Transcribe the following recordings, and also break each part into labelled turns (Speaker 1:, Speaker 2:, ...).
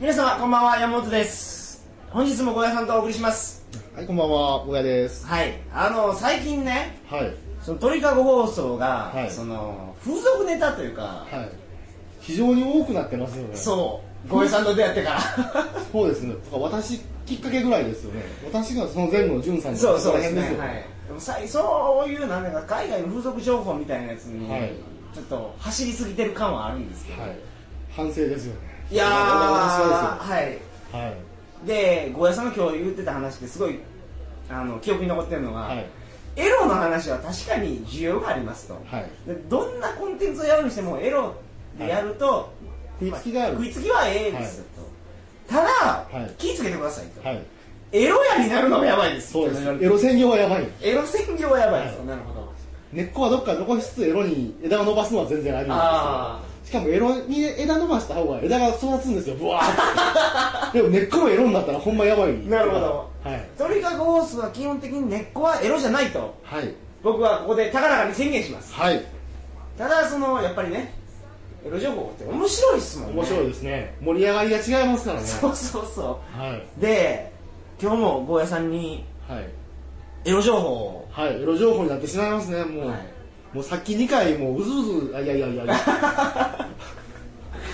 Speaker 1: 皆様こんばんは山本です本日も小屋さんとお送りします
Speaker 2: はい、こんばんは、小屋です。
Speaker 1: はいあの最近ね
Speaker 2: はい。はい。
Speaker 1: その鳥かご放送が、
Speaker 2: はい
Speaker 1: その風俗ネタというか、
Speaker 2: 非常に多くなってますよね。
Speaker 1: そう小屋さんと出会ってから
Speaker 2: そうですね。とか私きっかけぐらいですよね。私がその前後、潤さん に
Speaker 1: そうそうですね
Speaker 2: ここら
Speaker 1: は
Speaker 2: 辺
Speaker 1: いでもさいそういうなんか海外の風俗情報みたいなやつに、
Speaker 2: はい
Speaker 1: ちょっと走りすぎてる感はあるんですけど、
Speaker 2: よはい。反省ですよね。
Speaker 1: いやー
Speaker 2: 私は
Speaker 1: はい
Speaker 2: ですよ。はい。
Speaker 1: でゴーヤさんの今日言ってた話ですごいあの記憶に残ってるのが、
Speaker 2: はい。
Speaker 1: エロの話は確かに需要がありますと、
Speaker 2: はい
Speaker 1: でどんなコンテンツをやるにしてもエロでやると、
Speaker 2: い食いつきがある
Speaker 1: 食いつきはええですよと、ただ、
Speaker 2: はい
Speaker 1: 気ぃつけてくださいと、
Speaker 2: はい。
Speaker 1: エロやになるのがやばいです
Speaker 2: そうです。
Speaker 1: と
Speaker 2: エロ専業はやばい。
Speaker 1: エロ専業はやばいです、
Speaker 2: は
Speaker 1: なるほど
Speaker 2: 根っこはどっか残しつつエロに枝を伸ばすのは全然ありなんですよしかもエロに枝伸ばした方が枝が育つんですよブワーって でも根っこもエロになったらほんまやばい
Speaker 1: なるほど
Speaker 2: はい
Speaker 1: トリカゴホースは基本的に根っこはエロじゃないと
Speaker 2: はい
Speaker 1: 僕はここで高らかに宣言します
Speaker 2: はい
Speaker 1: ただそのやっぱりねエロ情報って面白いっすもんね
Speaker 2: 面白いですね盛り上がりが違いますからね
Speaker 1: そうそうそ
Speaker 2: は
Speaker 1: うで今日もゴーヤさんに
Speaker 2: いはい
Speaker 1: エロ情報を
Speaker 2: はいエロ情報になってしまいますねもう、
Speaker 1: はい
Speaker 2: もうさっき2回もううずうずあいやいやいやい や
Speaker 1: は、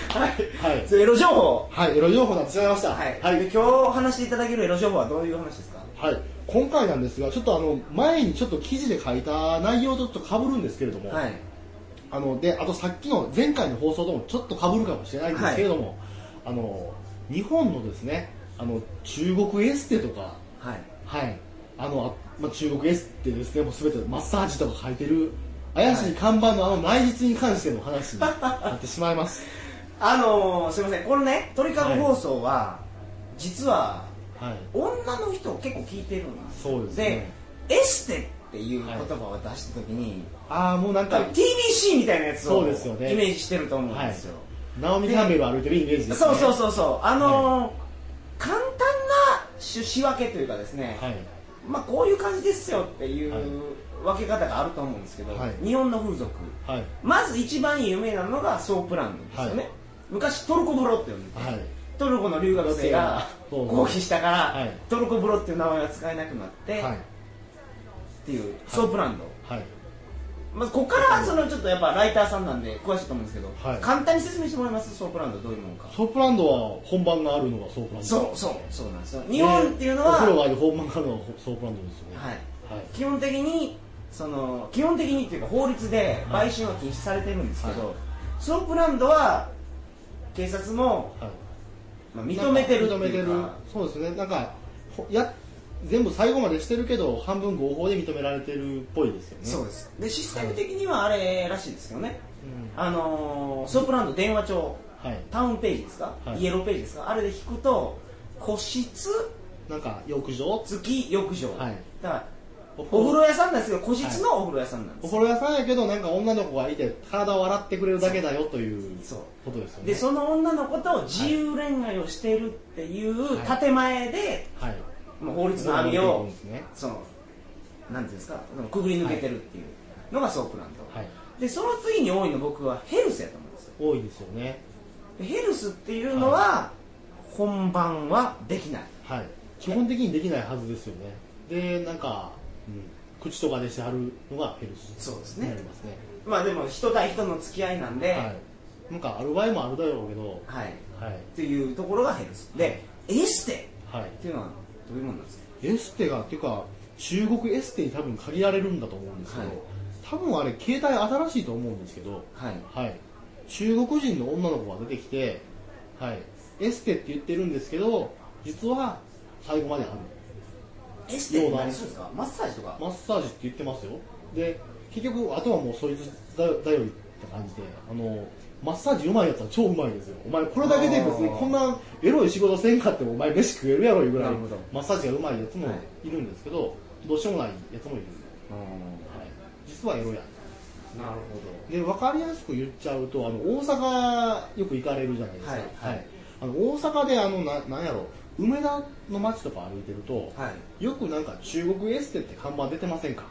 Speaker 2: はいい
Speaker 1: それエロ情報
Speaker 2: はいエロ情報になってしまいました
Speaker 1: はい、
Speaker 2: はい
Speaker 1: で今日話していただけるエロ情報はどういう話ですか
Speaker 2: はい今回なんですがちょっとあの前にちょっと記事で書いた内容とちょっと被るんですけれども、
Speaker 1: はい
Speaker 2: あのであとさっきの前回の放送ともちょっと被るかもしれないんですけれども、あの日本のですねあの中国エステとか
Speaker 1: はい
Speaker 2: はい、あのあまあ、中国エステですね、もうすべてマッサージとか書いてる、怪しい看板のあの内実に関しての話になってしまいます。
Speaker 1: あのー、すいませんこのね鳥かご放送は、実は
Speaker 2: はい、
Speaker 1: 女の人を結構聞いてるんです
Speaker 2: そうですね
Speaker 1: でエステっていう言葉を出した時に、
Speaker 2: ああ、もうなんか
Speaker 1: 多、分 TBC みたいなやつを
Speaker 2: そう
Speaker 1: イメ
Speaker 2: ですよね
Speaker 1: ージしてると思うんですよ、
Speaker 2: ナオミ・キャンベルを歩いてるイメージです、ね。
Speaker 1: そうそうそうそうあのー簡単な仕仕分けというかですね、
Speaker 2: はい、
Speaker 1: まあこういう感じですよっていう
Speaker 2: はい
Speaker 1: 分け方があると思うんですけど、
Speaker 2: はい
Speaker 1: 日本の風俗
Speaker 2: はい、
Speaker 1: まず一番有名なのがソープランドですよね、
Speaker 2: はい
Speaker 1: 昔トルコ風呂って呼んでて、
Speaker 2: はい、
Speaker 1: トルコの留学生が
Speaker 2: そうそう
Speaker 1: 合否したから、
Speaker 2: はい
Speaker 1: トルコ風呂っていう名前が使えなくなって、
Speaker 2: はい
Speaker 1: っ、ていうソープランド、
Speaker 2: はい、
Speaker 1: まずここからそのちょっとやっぱライターさんなんで詳しいと思うんですけど、
Speaker 2: はい
Speaker 1: 簡単に説明してもらいますソープランドどういうものか
Speaker 2: ソープランドは本番があるのがソープランド。
Speaker 1: そうそうそうなんですよ日本っていうのは、
Speaker 2: お風呂があり本番があるのがソープランドですよね。
Speaker 1: はい
Speaker 2: はい
Speaker 1: 基本的にその基本的にっていうか法律で
Speaker 2: はい
Speaker 1: 売春は禁止されてるんですけど、
Speaker 2: はい
Speaker 1: ソープランドは警察も、
Speaker 2: はい
Speaker 1: まあ、認めてるって
Speaker 2: 認め
Speaker 1: い
Speaker 2: て
Speaker 1: う
Speaker 2: る
Speaker 1: か
Speaker 2: そうですねなんかほや全部最後までしてるけど半分合法で認められてるっぽいですよね
Speaker 1: そうですでシステム的にはあれらしいですよね、
Speaker 2: うん
Speaker 1: あのーソープランド電話帳
Speaker 2: はい
Speaker 1: タウンページですか、
Speaker 2: はい
Speaker 1: イエローページですかあれで引くと個室
Speaker 2: なんか浴場
Speaker 1: 付き浴場、
Speaker 2: はい
Speaker 1: だから
Speaker 2: お
Speaker 1: お風呂屋さんなんですけど個室のお風呂屋さんなんです
Speaker 2: お
Speaker 1: よ、
Speaker 2: 風呂屋さんやけどなんか女の子がいて体を洗ってくれるだけだよという
Speaker 1: そう
Speaker 2: ことですよね
Speaker 1: でその女の子と自由恋愛をしているっていう
Speaker 2: はい
Speaker 1: 建前で、
Speaker 2: はい
Speaker 1: まあ、法律の網
Speaker 2: そう
Speaker 1: を
Speaker 2: ですね
Speaker 1: そのなんていうんですかそのくぐり抜けてるっていうのがソープランド、
Speaker 2: はい
Speaker 1: でその次に多いの僕はヘルスやと思うんですよ
Speaker 2: 多いですよね
Speaker 1: でヘルスっていうのは、本番はできない
Speaker 2: はい基本的にできないはずですよねでなんか、うん、口とかでしてはるのがヘルス
Speaker 1: そうです
Speaker 2: に
Speaker 1: ね
Speaker 2: なりますね
Speaker 1: まあでも人対人の付き合いなんで、はい
Speaker 2: はいなんかある場合もあるだろうけどはい
Speaker 1: っていうところがヘルスでエステ
Speaker 2: はい
Speaker 1: っていうのはどういうものなんですか
Speaker 2: エステがっていうか中国エステに多分限られるんだと思うんですけど、
Speaker 1: はい
Speaker 2: 多分あれ携帯新しいと思うんですけど、
Speaker 1: はい
Speaker 2: はい、中国人の女の子が出てきて、はい、エステって言ってるんですけど実は最後まである
Speaker 1: エステって何するんですかマッサージとか
Speaker 2: マッサージって言ってますよで結局あとはもうそいつだだよりって感じであのマッサージうまいやつは超うまいですよお前これだけで別にこんなエロい仕事せんかってもお前飯食えるやろいうぐらい
Speaker 1: なるほど
Speaker 2: マッサージがうまいやつも
Speaker 1: はい
Speaker 2: いるんですけど、どうしようもないやつもいる、
Speaker 1: な
Speaker 2: はい、実はエロや
Speaker 1: るほ
Speaker 2: で分かりやすく言っちゃうとあの大阪よく行かれるじゃないですか、
Speaker 1: はいはい
Speaker 2: あの大阪であのななんやろ梅田の街とか歩いてると、
Speaker 1: はい
Speaker 2: よくなんか中国エステって看板出てませんか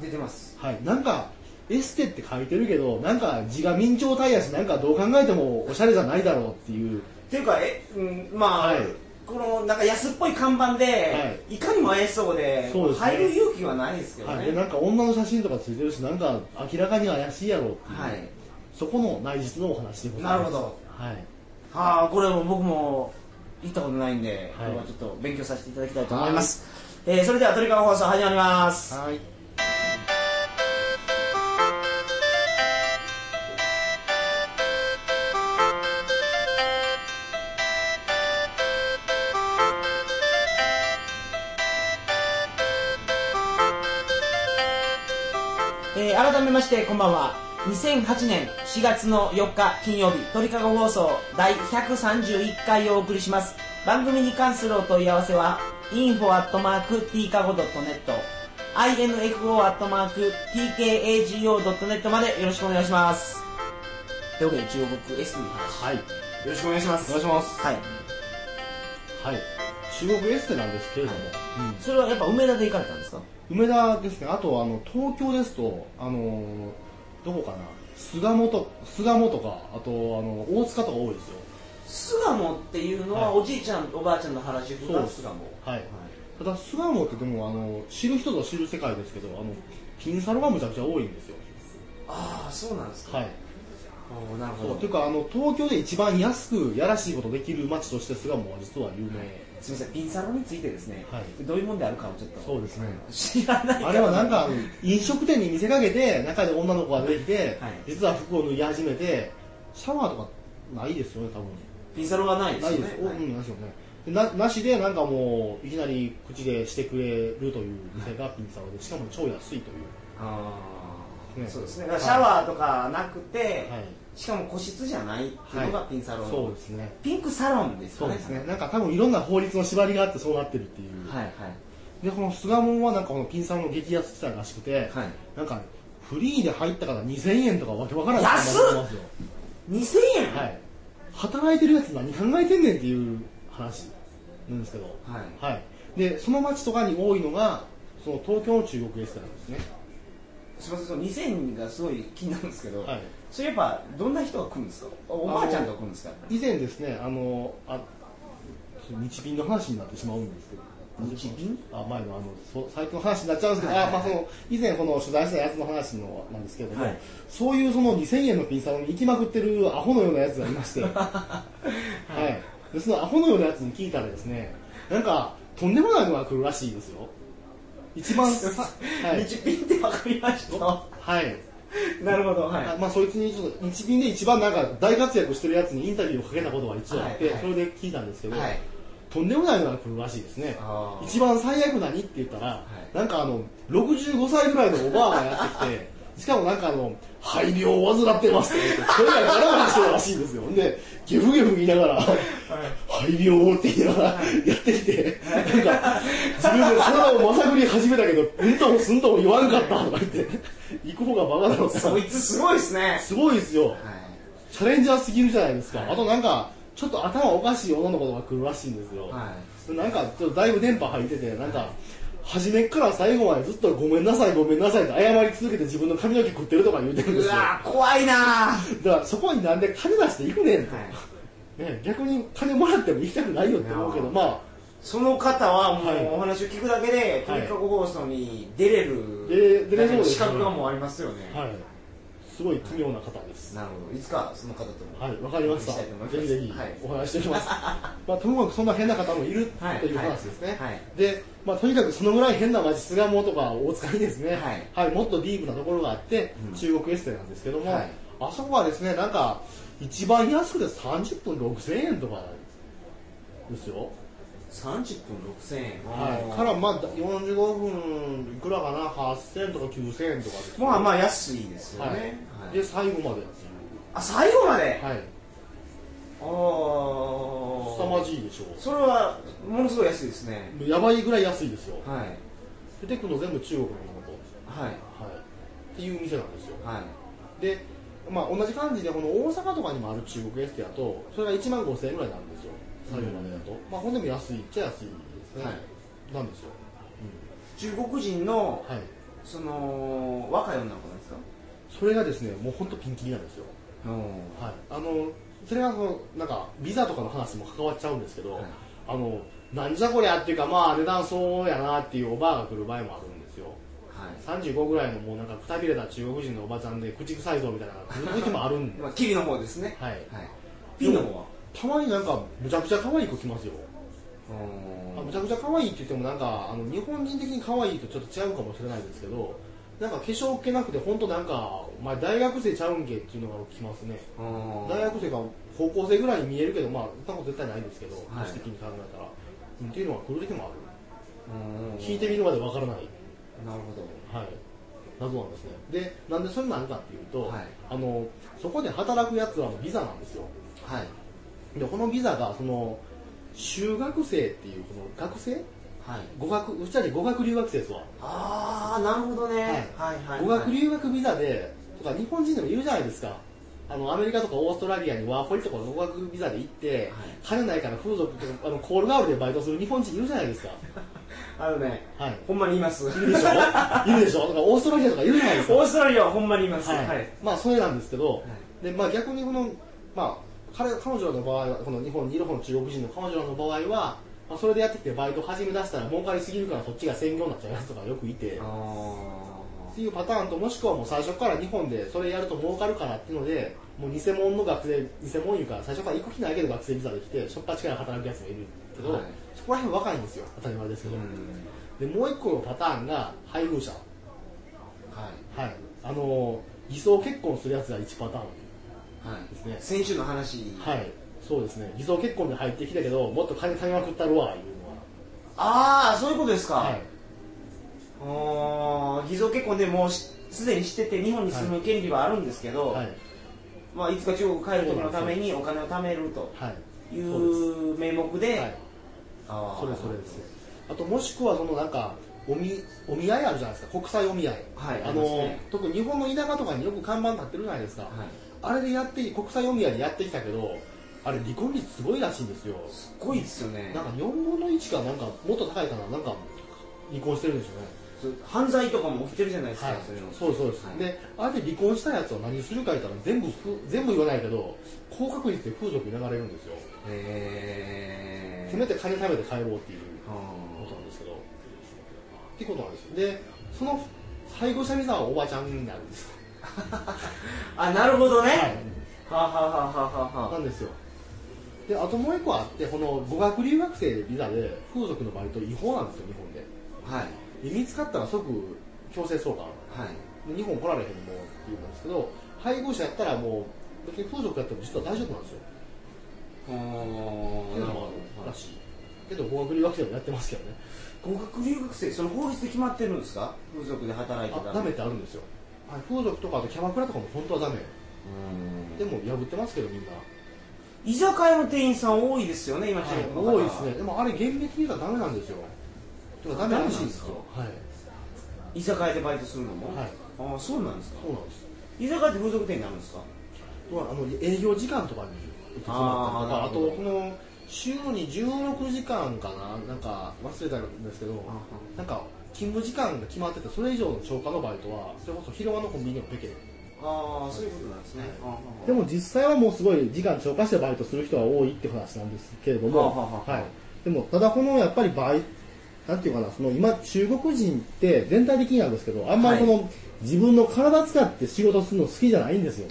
Speaker 1: 出てます
Speaker 2: はい、なんかエステって書いてるけどなんか字が明朝体やしなんかどう考えてもおしゃれじゃないだろうっていう
Speaker 1: ていうかえ、うん、まあ、
Speaker 2: はい
Speaker 1: このなんか安っぽい看板で、い、かにも怪しそうで
Speaker 2: そうですね
Speaker 1: 入る勇気はないですけど
Speaker 2: はい、
Speaker 1: ね
Speaker 2: でなんか女の写真とかついてるしなんか明らかに怪しいやろっていう、
Speaker 1: はい
Speaker 2: そこの内実のお話でございま
Speaker 1: な
Speaker 2: す
Speaker 1: るほど
Speaker 2: はい
Speaker 1: ああこれも僕も行ったことないんで、
Speaker 2: はい
Speaker 1: これはちょっと勉強させていただきたいと思います、えーそれではトリカゴ放送始まります
Speaker 2: はい
Speaker 1: えー改めましてこんばんは2008年4月の4日金曜日鳥かご放送第131回をお送りします番組に関するお問い合わせは info.tkago.net info.tkago.net までよろしくお願いしますというわけで中国 S に
Speaker 2: はい
Speaker 1: よろしくお願いします
Speaker 2: お願いします
Speaker 1: はい
Speaker 2: はい中国エステなんですけれども、うん
Speaker 1: それはやっぱ梅田で行かれたんですか
Speaker 2: 梅田ですね、あとあの東京ですと、あのーどこかな、巣鴨と巣鴨とか、あとあの大塚とか多いですよ、
Speaker 1: 巣鴨っていうのは
Speaker 2: はい
Speaker 1: おじいちゃん、おばあちゃんの原宿が巣鴨
Speaker 2: はい、ただ巣鴨ってでもあの知る人ぞ知る世界ですけど、あのピンサロがむちゃくちゃ多いんですよ、
Speaker 1: ああそうなんですか、
Speaker 2: はい、
Speaker 1: おーなるほ
Speaker 2: そう
Speaker 1: ど
Speaker 2: というかあの、東京で一番安くやらしいことできる街として巣鴨は実は有名、
Speaker 1: すみません、ピンサロについてですね、
Speaker 2: はい
Speaker 1: どういうもんであるかをちょっと
Speaker 2: うですね。
Speaker 1: 知らないら
Speaker 2: あれはなんかあの飲食店に見せかけて中で女の子が出てきて、
Speaker 1: はい
Speaker 2: 実は服を脱ぎ始めてシャワーとかないですよね多分
Speaker 1: ピンサロはないです
Speaker 2: な
Speaker 1: よ
Speaker 2: い
Speaker 1: ね。
Speaker 2: です、
Speaker 1: は
Speaker 2: お
Speaker 1: い
Speaker 2: うん、ないですよねでななしでなんかもういきなり口でしてくれるという店がピンサロでしかも超安いという
Speaker 1: あー
Speaker 2: ね
Speaker 1: そうですね。だからシャワーとかなくて、
Speaker 2: はい
Speaker 1: しかも個室じゃないっていうのがピンサロの、
Speaker 2: そうですね
Speaker 1: ピンクサロンです
Speaker 2: そ
Speaker 1: よ
Speaker 2: う
Speaker 1: ね。
Speaker 2: ですねなんか多分いろんな法律の縛りがあってそうなってるっていう、
Speaker 1: はいはい
Speaker 2: でこの巣鴨はなんかこのピンサロの激安地帯らしくて、
Speaker 1: はい。
Speaker 2: なんかフリーで入ったから2000円とかわけわからない
Speaker 1: 安っ
Speaker 2: ことになってますよ
Speaker 1: 2000円
Speaker 2: は。い、働いてるやつ何考えてんねんっていう話なんですけど、
Speaker 1: はい
Speaker 2: でその町とかに多いのがその東京の中国エステなんですね、
Speaker 1: すみません、その2000円がすごい気になるんですけど、
Speaker 2: はい
Speaker 1: それやっぱどんな人が来るんですか。おばあちゃんが来るんですか。
Speaker 2: 以前ですねあのあちょっと日便の話になってしまうんですけど
Speaker 1: 日便
Speaker 2: あ前のあのそ最近の話になっちゃうんですけど、
Speaker 1: はいはいはい
Speaker 2: あまあ、その以前この取材したやつの話のなんですけども、
Speaker 1: はい
Speaker 2: そういうその2000円のピンサロに行きまくってるアホのようなやつがい まして、はい、でそのアホのようなやつに聞いたらですねなんかとんでもないのが来るらしいですよ一 番さはい、
Speaker 1: 日ピンってわかりました。
Speaker 2: はい
Speaker 1: なるほど、はい。
Speaker 2: あまあ、そいつにちょっと日便で一番なんか大活躍してるやつにインタビューをかけたことが一度あって、
Speaker 1: はいはい
Speaker 2: それで聞いたんですけど、
Speaker 1: はい
Speaker 2: とんでもないのが来るらしいですね
Speaker 1: あー
Speaker 2: 一番最悪何って言ったら、なんかあの65歳ぐらいのおばあがやってきてしかもなんかあの肺病を患ってますって言ってそれがガラガラしてるらしいんですよでゲフゲフ言いながら、肺病って言いながらやってきて、なんか自分で体をまさぐり始めたけどうんともすんとも言わんかったとか言って行く方がバカだろうって
Speaker 1: そいつすごいですね。
Speaker 2: すごいですよ、
Speaker 1: はい。
Speaker 2: チャレンジャーすぎるじゃないですか、
Speaker 1: はい
Speaker 2: あとなんか、ちょっと頭おかしい女の子が来るらしいんですよ、
Speaker 1: は
Speaker 2: なんかちょっとだいぶ電波入ってて、なんか、初めから最後までずっとごめんなさい、ごめんなさいって謝り続けて、自分の髪の毛食ってるとか言うてるん
Speaker 1: い、
Speaker 2: で
Speaker 1: う
Speaker 2: すよ、だか
Speaker 1: わー怖いなー、
Speaker 2: らそこになんで金出していくねんと、
Speaker 1: はい、
Speaker 2: ね、逆に金もらっても行きたくないよって思うけ
Speaker 1: い
Speaker 2: ど、
Speaker 1: や
Speaker 2: まあ、
Speaker 1: その方はも
Speaker 2: はいう
Speaker 1: お話を聞くだけで、
Speaker 2: はい
Speaker 1: 鳥かご放送に出れ
Speaker 2: で
Speaker 1: る、
Speaker 2: 出れそうです
Speaker 1: 資格がもうありますよね、
Speaker 2: はい、すごい奇妙な方です。
Speaker 1: なるほどいつかその方とも
Speaker 2: はい、わかりました。
Speaker 1: お話し
Speaker 2: ぜ
Speaker 1: たいと思います
Speaker 2: ひぜひ
Speaker 1: はい
Speaker 2: お話ししておきます。 まあ、ともかくそんな変な方もいる
Speaker 1: はい
Speaker 2: という話ですね。
Speaker 1: はい
Speaker 2: で、まあ、とにかくそのぐらい変な街、巣鴨とか大塚にですね、
Speaker 1: は
Speaker 2: もっとディープなところがあって、
Speaker 1: うん
Speaker 2: 中国エステなんですけども、
Speaker 1: はい
Speaker 2: あそこはですね、なんか、一番安くて30分6000円とかですよ。
Speaker 1: 30分6000円、
Speaker 2: はい。から、まあ、45分いくらかな、8000とか9000円とかです。
Speaker 1: まあまあ安いですよ
Speaker 2: はい
Speaker 1: ね、はい
Speaker 2: で、最後まで。
Speaker 1: あ最後まで、
Speaker 2: はい。
Speaker 1: あ
Speaker 2: 凄
Speaker 1: あ
Speaker 2: まじいでしょ
Speaker 1: それはものすごい安いですね
Speaker 2: う。やばいぐらい安いですよ。
Speaker 1: はい
Speaker 2: 出てくるの全部中国のも
Speaker 1: はい
Speaker 2: の、はい、っていう店なんですよ
Speaker 1: はい
Speaker 2: で、まあ、同じ感じでこの大阪とかにもある中国エステだとそれが1万5000円ぐらいなんですよ最後までだと、まあほんでも安いっちゃ安いですね、
Speaker 1: はい
Speaker 2: なんですよ、
Speaker 1: 中国人の
Speaker 2: はい、
Speaker 1: その若い女の子なんですか
Speaker 2: それがですねもうほんとピンキリなんですよ、
Speaker 1: うん
Speaker 2: はい、あのそれはそのなんかビザとかの話も関わっちゃうんですけど、
Speaker 1: はい
Speaker 2: あのなんじゃこりゃっていうかまあ値段そうやなっていうおばあが来る場合もあるんですよ
Speaker 1: はい
Speaker 2: 35ぐらいのもうなんかくたびれた中国人のおばちゃんで口臭いぞみたいなのが来る時もあるんで、
Speaker 1: まあ、キリの方ですね
Speaker 2: はい、
Speaker 1: はいピンの方は
Speaker 2: たまになんかむちゃくちゃ可愛い子来ますよ、
Speaker 1: う
Speaker 2: あ
Speaker 1: ん
Speaker 2: むちゃくちゃ可愛いって言ってもなんかあの日本人的に可愛いとちょっと違うかもしれないですけどなんか化粧っ気なくて本当なんかお前大学生ちゃうんけっていうのが来ますね
Speaker 1: うん
Speaker 2: 大学生が高校生ぐらいに見えるけどまあそんなこと絶対ないですけど
Speaker 1: い
Speaker 2: 私的に考えたら、うんっていうのが来る時もあ
Speaker 1: うん
Speaker 2: る聞いてみるまでわからない
Speaker 1: なるほど
Speaker 2: はい謎なんですねでなんでそれなんかっていうと、
Speaker 1: はい
Speaker 2: あのそこで働くやつらのビザなんですよ
Speaker 1: はい
Speaker 2: でこのビザがその修学生っていうこの学生
Speaker 1: はい
Speaker 2: 語学うちらで語学留学生ですわ、
Speaker 1: ああなるほどねはいはい
Speaker 2: 語学留学ビザでとか日本人でもいるじゃないですかあのアメリカとかオーストラリアにワーホリとかの語学ビザで行って、金ないから風俗とかあのコールガールでバイトする日本人いるじゃないですか
Speaker 1: あのね
Speaker 2: はい
Speaker 1: ほんまにいます オ
Speaker 2: いるでしょいるでしょとかオーストラリアとかいるじゃないですか
Speaker 1: ーストラリアはほんまにいます
Speaker 2: はい
Speaker 1: はい
Speaker 2: まあそれなんですけど、
Speaker 1: い
Speaker 2: でまあ、逆にこの、まあ、彼彼女の場合はこの日本にいる方の中国人の彼女の場合は、まあ、それでやってきてバイト始め出したら儲かりすぎるからそっちが専業になっちゃうやつとかよくいて
Speaker 1: あー
Speaker 2: っていうパターンともしくはもう最初から日本でそれやると儲かるからっていうのでもう偽物の学生偽物いうか最初から行く気ないけど学生ビザで来てしょっぱちから働くやつもいるけど、
Speaker 1: はい
Speaker 2: そこら辺若いんですよ当たり前ですけ
Speaker 1: う
Speaker 2: ど、
Speaker 1: ん
Speaker 2: でもう一個のパターンが配偶者
Speaker 1: は
Speaker 2: はい、あのー偽装結婚するやつが1パターン
Speaker 1: いは
Speaker 2: ですね
Speaker 1: い先週の話
Speaker 2: はいそうですね偽装結婚で入ってきたけどもっと金金まくったるわいう
Speaker 1: ああそういうことですか
Speaker 2: のは、はい、
Speaker 1: あー偽造結婚でもうしすでにしてて日本に住む権利はあるんですけど、
Speaker 2: はいい
Speaker 1: まあ、いつか中国帰る時のためにお金を貯めると
Speaker 2: はい
Speaker 1: い
Speaker 2: そう
Speaker 1: 名目で、
Speaker 2: はい
Speaker 1: あー
Speaker 2: それそれですねあともしくはそのなんかおみお見合いあるじゃないですか国際お見合い、
Speaker 1: はい
Speaker 2: あ
Speaker 1: ありま
Speaker 2: の
Speaker 1: すね
Speaker 2: 特に日本の田舎とかによく看板立ってるじゃないですか、
Speaker 1: はい
Speaker 2: あれでやって国際お見合いでやってきたけどあれ離婚率すごいらしいんですよ
Speaker 1: すっごいですよね
Speaker 2: なんか4分の1かなんかもっと高いかななんか離婚してるんでしょうね
Speaker 1: そう犯罪とかも起きてるじゃないですか、
Speaker 2: はい
Speaker 1: そういうの、
Speaker 2: そうそうです、
Speaker 1: はい
Speaker 2: であれで離婚したやつは何するか言ったら全部ふ全部言わないけど高確率で風俗に流れるんですよ、
Speaker 1: へ
Speaker 2: せめ
Speaker 1: ー
Speaker 2: て金貯めて帰ろうっていう
Speaker 1: あ
Speaker 2: ことなんですけどっていうことなんですよでその配偶者ビザはおばちゃんになるんです
Speaker 1: ーあなるほどね、
Speaker 2: はい
Speaker 1: はあはあはあはあは
Speaker 2: な
Speaker 1: あ
Speaker 2: んですよであともう一個あってこの語学留学生でビザで風俗のバイト違法なんですよ日本で
Speaker 1: はい
Speaker 2: で見つかったら即強制送還
Speaker 1: はい
Speaker 2: で日本来られへんもうっていうんですけど配偶者やったらもう別に風俗やっても実は大丈夫なんですよ
Speaker 1: あー
Speaker 2: っていうのもあるらしいけど語学留学生もやってますけどね
Speaker 1: 語学留学生その法律で決まってるんですか風俗で働いてたら
Speaker 2: あダメってあるんですよ、はい、風俗とかあとキャバクラとかも本当はダメ
Speaker 1: うん
Speaker 2: でも破ってますけどみんな
Speaker 1: 居酒屋の店員さん多いですよね今中国の方、
Speaker 2: 多いですねでもあれ厳密に言うたらダメなんですよてかダメらしいんですよはい
Speaker 1: 居酒屋でバイトするのも、
Speaker 2: はい
Speaker 1: ああそうなんですか
Speaker 2: そうなんです
Speaker 1: 居酒屋って風俗店になるんですか
Speaker 2: まああの営業時間とかに移ってしまったりとかあ
Speaker 1: あーなるほど
Speaker 2: とこの週に16時間かななんか忘れたんですけど
Speaker 1: あ
Speaker 2: なんか勤務時間が決まっててそれ以上の超過のバイトはそれこそ広場のコンビニでもペケ
Speaker 1: ああそういうことなんですね、
Speaker 2: はい
Speaker 1: ああ
Speaker 2: でも実際はもうすごい時間超過してバイトする人は多いって話なんですけれども、
Speaker 1: はあはあはあ
Speaker 2: い、でもただこのやっぱりバイなんていうかなその今中国人って全体的になんですけどあんまりこの、自分の体使って仕事するの好きじゃないんですよ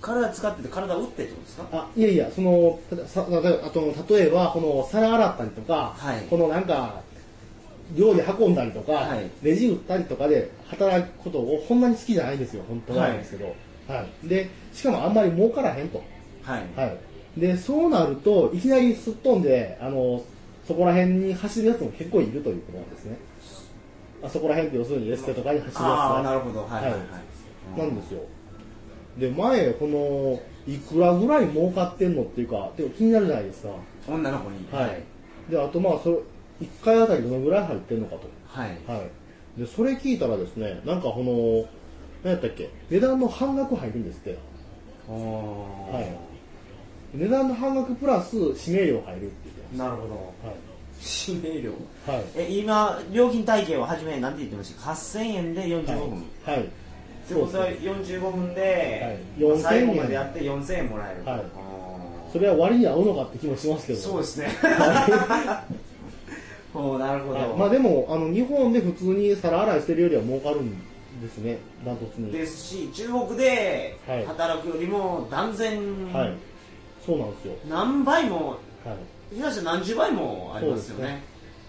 Speaker 1: 体使ってて体打ってってことですか
Speaker 2: あいやいやそのたださ例えばあと例えばこの皿洗ったりとか、
Speaker 1: はい
Speaker 2: このなんか料理運んだりとか、
Speaker 1: はい
Speaker 2: レジ打ったりとかで働くことをほんまに好きじゃないんですよ本当はなんですけど、はい、でしかもあんまり儲からへんと。
Speaker 1: はい
Speaker 2: はい、でそうなると、いきなりすっ飛んで、あのそこら辺に走るやつも結構いるということなんですね。あそこら辺って要するにエステとかに走るやつ
Speaker 1: ああ
Speaker 2: が
Speaker 1: なるほどはいはいはい、
Speaker 2: な
Speaker 1: うん
Speaker 2: んですよ。で、前、このいくらぐらい儲かってんのっていうか、でも気になるじゃないですか。
Speaker 1: 女の子に
Speaker 2: い、であと、まあそれ、1回あたりどのぐらい入ってんのかと。
Speaker 1: はい
Speaker 2: はい、でそれ聞いたらですねなんかこの何やったっけ値段の半額入るんですって、
Speaker 1: おおー、
Speaker 2: はい、値段の半額プラス指名料入るって言って
Speaker 1: なるほど
Speaker 2: ま
Speaker 1: 指名料
Speaker 2: すはい
Speaker 1: え今料金体系をはじめ何て言ってましたか8000円で45分、
Speaker 2: はい、はい
Speaker 1: ということは45分で、
Speaker 2: はい
Speaker 1: まあ最後
Speaker 2: 4000円
Speaker 1: までやって4000円もらえると、
Speaker 2: はい
Speaker 1: あ
Speaker 2: それは割に合うのかって気もしますけ
Speaker 1: ー
Speaker 2: ど
Speaker 1: そうですね おーなるほど、
Speaker 2: はいまあでもあの日本で普通に皿洗いしてるよりは儲かるんですねダントツに
Speaker 1: ですし中国で
Speaker 2: はい
Speaker 1: 働くよりも断然、
Speaker 2: はいそうなんですよ
Speaker 1: 何倍も
Speaker 2: はい
Speaker 1: 今じゃ何十倍もありますよね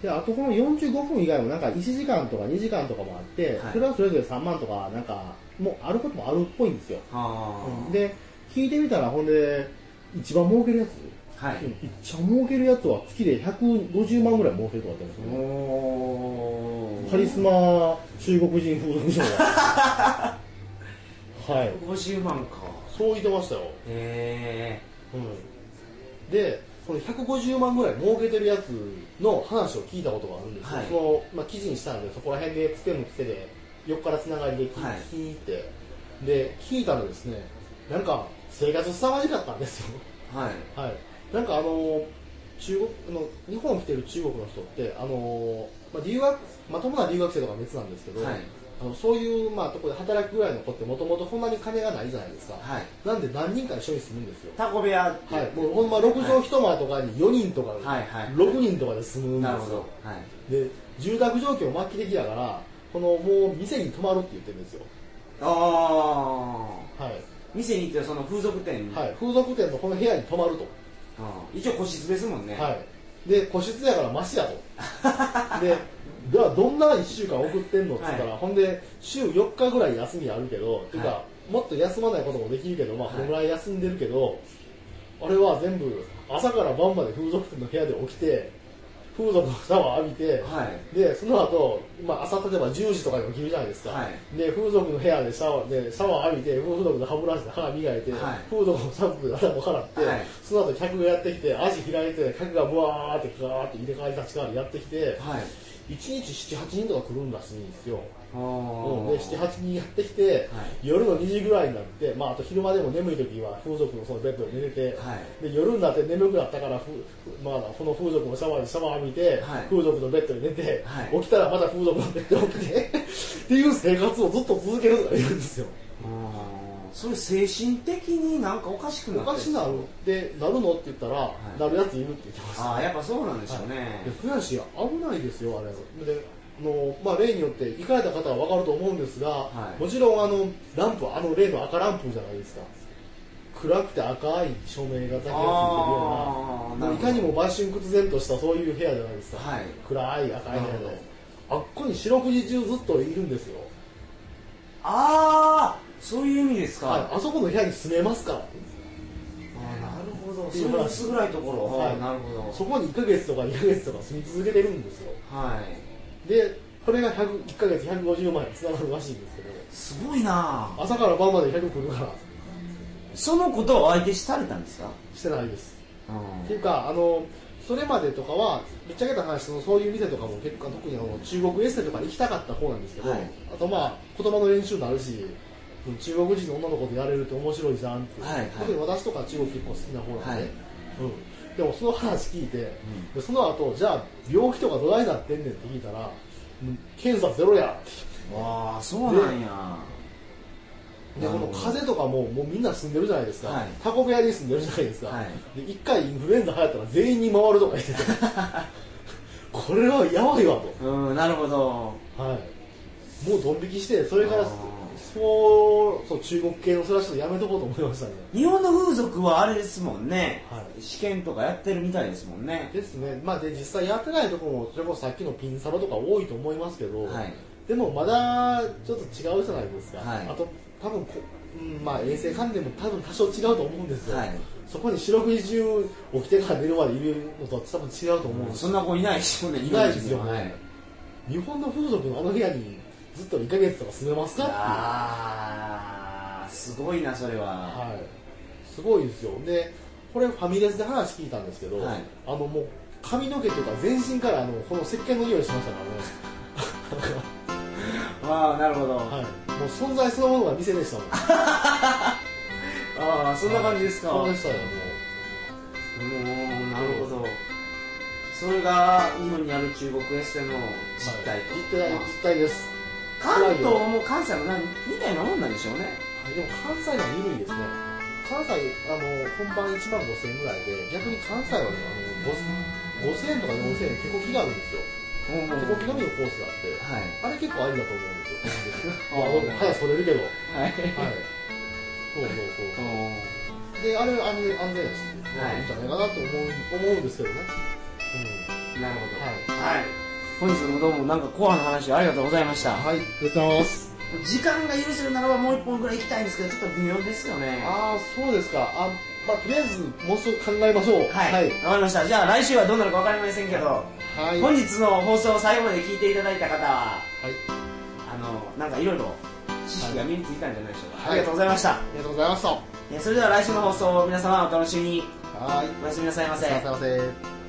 Speaker 2: であとこの45分以外もなんか1時間とか2時間とかもあって、
Speaker 1: はい
Speaker 2: それはそれぞれ3万とかなんかもうあることもあるっぽいんですよ、
Speaker 1: はあ、
Speaker 2: で聞いてみたらほんで一番儲けるやつ
Speaker 1: はい、
Speaker 2: 一番儲けるやつは月で150万ぐらい儲けるとかって言うんですよね
Speaker 1: おー
Speaker 2: カリスマ中国人風俗嬢は はい
Speaker 1: 50万か
Speaker 2: そう言ってましたよ、
Speaker 1: へ
Speaker 2: うん、でこの150万ぐらい儲けてるやつの話を聞いたことがあるんですよ、
Speaker 1: はい
Speaker 2: その、まあ、記事にしたんでそこら辺でつてのつてで横からつながりで聞,、
Speaker 1: はい
Speaker 2: 聞いてで聞いたらですねなんか生活凄まじかったんですよ
Speaker 1: えはい
Speaker 2: はい、なんかあの中国の日本来てる中国の人ってあの、まあ、留学まともな留学生とかは別なんですけど、
Speaker 1: はい
Speaker 2: あのそういう、まあ、ところで働くぐらいの子ってもともとほんまに金がないじゃないですか、
Speaker 1: はい
Speaker 2: なんで何人か一緒に住むんですよ、
Speaker 1: タコ部屋って
Speaker 2: はい、もうほんま6畳一間とかに4人とか、
Speaker 1: はいはい
Speaker 2: 6人とかで住むんで
Speaker 1: な
Speaker 2: すよ
Speaker 1: るほどはい
Speaker 2: で住宅状況末期的だからこのもう店に泊まるって言ってるんですよ
Speaker 1: ああ
Speaker 2: はい、
Speaker 1: 店に行ってその風俗店に、
Speaker 2: はい、風俗店のこの部屋に泊まると
Speaker 1: あー一応個室ですもんね、
Speaker 2: はい、で個室やからマ シやとでではどんな1週間送ってんのっつったら、
Speaker 1: は
Speaker 2: ほんで週4日ぐらい休みあるけど、てか
Speaker 1: は
Speaker 2: もっと休まないこともできるけどまあ
Speaker 1: はい
Speaker 2: このぐらい休んでるけど、あれは全部朝から晩まで風俗店の部屋で起きて風俗のシャワー浴びて、
Speaker 1: はい
Speaker 2: でその後、まあ朝例えば10時とかに起きるじゃないですか、
Speaker 1: は
Speaker 2: で風俗の部屋でシャワーでシャワー浴びて風俗の歯ブラシで歯磨いて、
Speaker 1: はい
Speaker 2: 風俗のシャンプーで頭洗って、
Speaker 1: はい
Speaker 2: その後客がやってきて足開いて客がブワーってガーって入れ替わり立ち替わりやってきて、
Speaker 1: はい
Speaker 2: 1日78人とか来るんらしいんですよ、
Speaker 1: あ
Speaker 2: うん、
Speaker 1: ー
Speaker 2: で78人やってきて、夜の2時ぐらいになって、まあ、あと昼間でも眠い時は風俗のそのベッドで寝てて、
Speaker 1: は
Speaker 2: で夜になって眠くなったからふ、まあ、この風俗のシャワーでシャワー浴びて、
Speaker 1: はい
Speaker 2: 風俗のベッドで寝て、
Speaker 1: はい
Speaker 2: 起きたらまた風俗のベッドで起きて っていう生活をずっと続けるとか言うんですよ
Speaker 1: あーそれ精神的になんかおかしく
Speaker 2: お
Speaker 1: なって
Speaker 2: かしなるでなるのって言ったら、
Speaker 1: い
Speaker 2: なるやついるって言ってました
Speaker 1: ああやっぱそうなんでしょうね、
Speaker 2: いや悔しい危ないですよあれであの、まあ、例によって行かれた方は分かると思うんですが、
Speaker 1: はい
Speaker 2: もちろんあのランプあの例の赤ランプじゃないですか暗くて赤い照明がだけがついてるよ
Speaker 1: あー
Speaker 2: う
Speaker 1: なる
Speaker 2: なもうい
Speaker 1: ほど
Speaker 2: かにも売春屈然としたそういう部屋じゃないですか、
Speaker 1: はい
Speaker 2: 暗い赤い部屋
Speaker 1: なる
Speaker 2: であっこに四六時中ずっといるんですよ、
Speaker 1: ああそういう意味ですか、
Speaker 2: はい、あそこの部屋に住めますから
Speaker 1: あなるほど
Speaker 2: っ
Speaker 1: そ
Speaker 2: ていうう
Speaker 1: いう
Speaker 2: 話
Speaker 1: 薄暗いところ、
Speaker 2: はい
Speaker 1: あーなるほど
Speaker 2: そこに1ヶ月とか2ヶ月とか住み続けてるんですよ
Speaker 1: はい
Speaker 2: でこれが100 1ヶ月150万円につながるらしいんですけど
Speaker 1: すごいなあ
Speaker 2: 朝から晩まで100来るから
Speaker 1: そのことはお相手しされたんですか
Speaker 2: してないです
Speaker 1: うん
Speaker 2: っていうかあのそれまでとかはぶっちゃけた話そのそういう店とかも結構特にあの中国エステとかに行きたかった方なんですけど、
Speaker 1: はい
Speaker 2: あとまあ言葉の練習になるし中国人の女の子とやれるって面白いじゃんって、
Speaker 1: はいはい
Speaker 2: 特に私とか中国結構好きな方なんで、
Speaker 1: はい
Speaker 2: うん、でもその話聞いて、でその後じゃあ病気とかどないなってんねんって聞いたらうん検査ゼロやって
Speaker 1: わあそうなんや
Speaker 2: でこの風邪とかももうみんな住んでるじゃないですか、
Speaker 1: はい
Speaker 2: タコ部屋に住んでるじゃないですか、
Speaker 1: は
Speaker 2: で一回インフルエンザ流行ったら全員に回るとか 言っててこれはやばいわ
Speaker 1: うんなるほど
Speaker 2: と、はい、もうドン引きしてそれから
Speaker 1: あー
Speaker 2: そうそう中国系のそれはちょっとやめとこうと思いましたね
Speaker 1: 日本の風俗はあれですもんね、
Speaker 2: はい
Speaker 1: 試験とかやってるみたいですもんね
Speaker 2: ですねまあで実際やってないところもそれこそさっきのピンサロとか多いと思いますけど、
Speaker 1: はい
Speaker 2: でもまだちょっと違うじゃないですか、
Speaker 1: はい
Speaker 2: あと多分こ、うん、まあ衛生観点も多分多少違うと思うんですよ、
Speaker 1: はい
Speaker 2: そこに四六時中起きてから寝るまでいるのとは多分違うと思うん
Speaker 1: もう
Speaker 2: です
Speaker 1: そんな子いないしね
Speaker 2: いないですよ
Speaker 1: 今の時期ははい
Speaker 2: 日本の風俗のあの部屋にずっと1ヶ月とか住めますかっ
Speaker 1: ああすごいなそれは、
Speaker 2: ていう、はい、すごいですよでこれファミレスで話聞いたんですけど、
Speaker 1: はい
Speaker 2: あのもう髪の毛というか全身からあのこの石鹸の匂いしましたからね
Speaker 1: ああなるほど、
Speaker 2: はい、もう存在そのものが店でしたもん
Speaker 1: ああそんな感じですか、
Speaker 2: そうでしたよも
Speaker 1: おーなるほどそれが日本にある中国エステの実態と、
Speaker 2: う実態
Speaker 1: まあ
Speaker 2: 実態です
Speaker 1: 関東
Speaker 2: 辛いよ
Speaker 1: も関西もなみたいなもんなんでしょうね
Speaker 2: でも関西のは緩いですね関西あの本番1万5000円ぐらいで逆に関西はねあの5000 5000円とか4000円結構気があるんですよ
Speaker 1: ほうほう
Speaker 2: 結構気がみのコースがあ
Speaker 1: はい
Speaker 2: ってあれ結構ありだと思うんですよ
Speaker 1: あ
Speaker 2: まあ
Speaker 1: ー
Speaker 2: 話それるけどはい
Speaker 1: はい
Speaker 2: そうそうそう
Speaker 1: おー
Speaker 2: であれ安全安全やし、
Speaker 1: はい
Speaker 2: い、いんじゃないかなと思う思うんですけどね、う
Speaker 1: なるほど
Speaker 2: ん、はい
Speaker 1: はい本日もどうもなんかコアの話ありがとうございました
Speaker 2: はいありがとうございます
Speaker 1: 時間が許せるならばもう一本ぐらい行きたいんですけどちょっと微妙ですよね
Speaker 2: ああそうですかあまあとりあえずもうすぐ考えましょう
Speaker 1: はい、わかりましたじゃあ来週はどうなるかわかりませんけど、
Speaker 2: はいは
Speaker 1: 本
Speaker 2: い
Speaker 1: 日の放送を最後まで聞いていただいた方は
Speaker 2: はい
Speaker 1: あのなんかいろいろ知識が身についたんじゃないでしょうか、
Speaker 2: はい
Speaker 1: ありがとうございました
Speaker 2: ありがとうございました
Speaker 1: えそれでは来週の放送を皆様お楽しみに
Speaker 2: はい
Speaker 1: おやすみなさいま
Speaker 2: す
Speaker 1: せ
Speaker 2: いません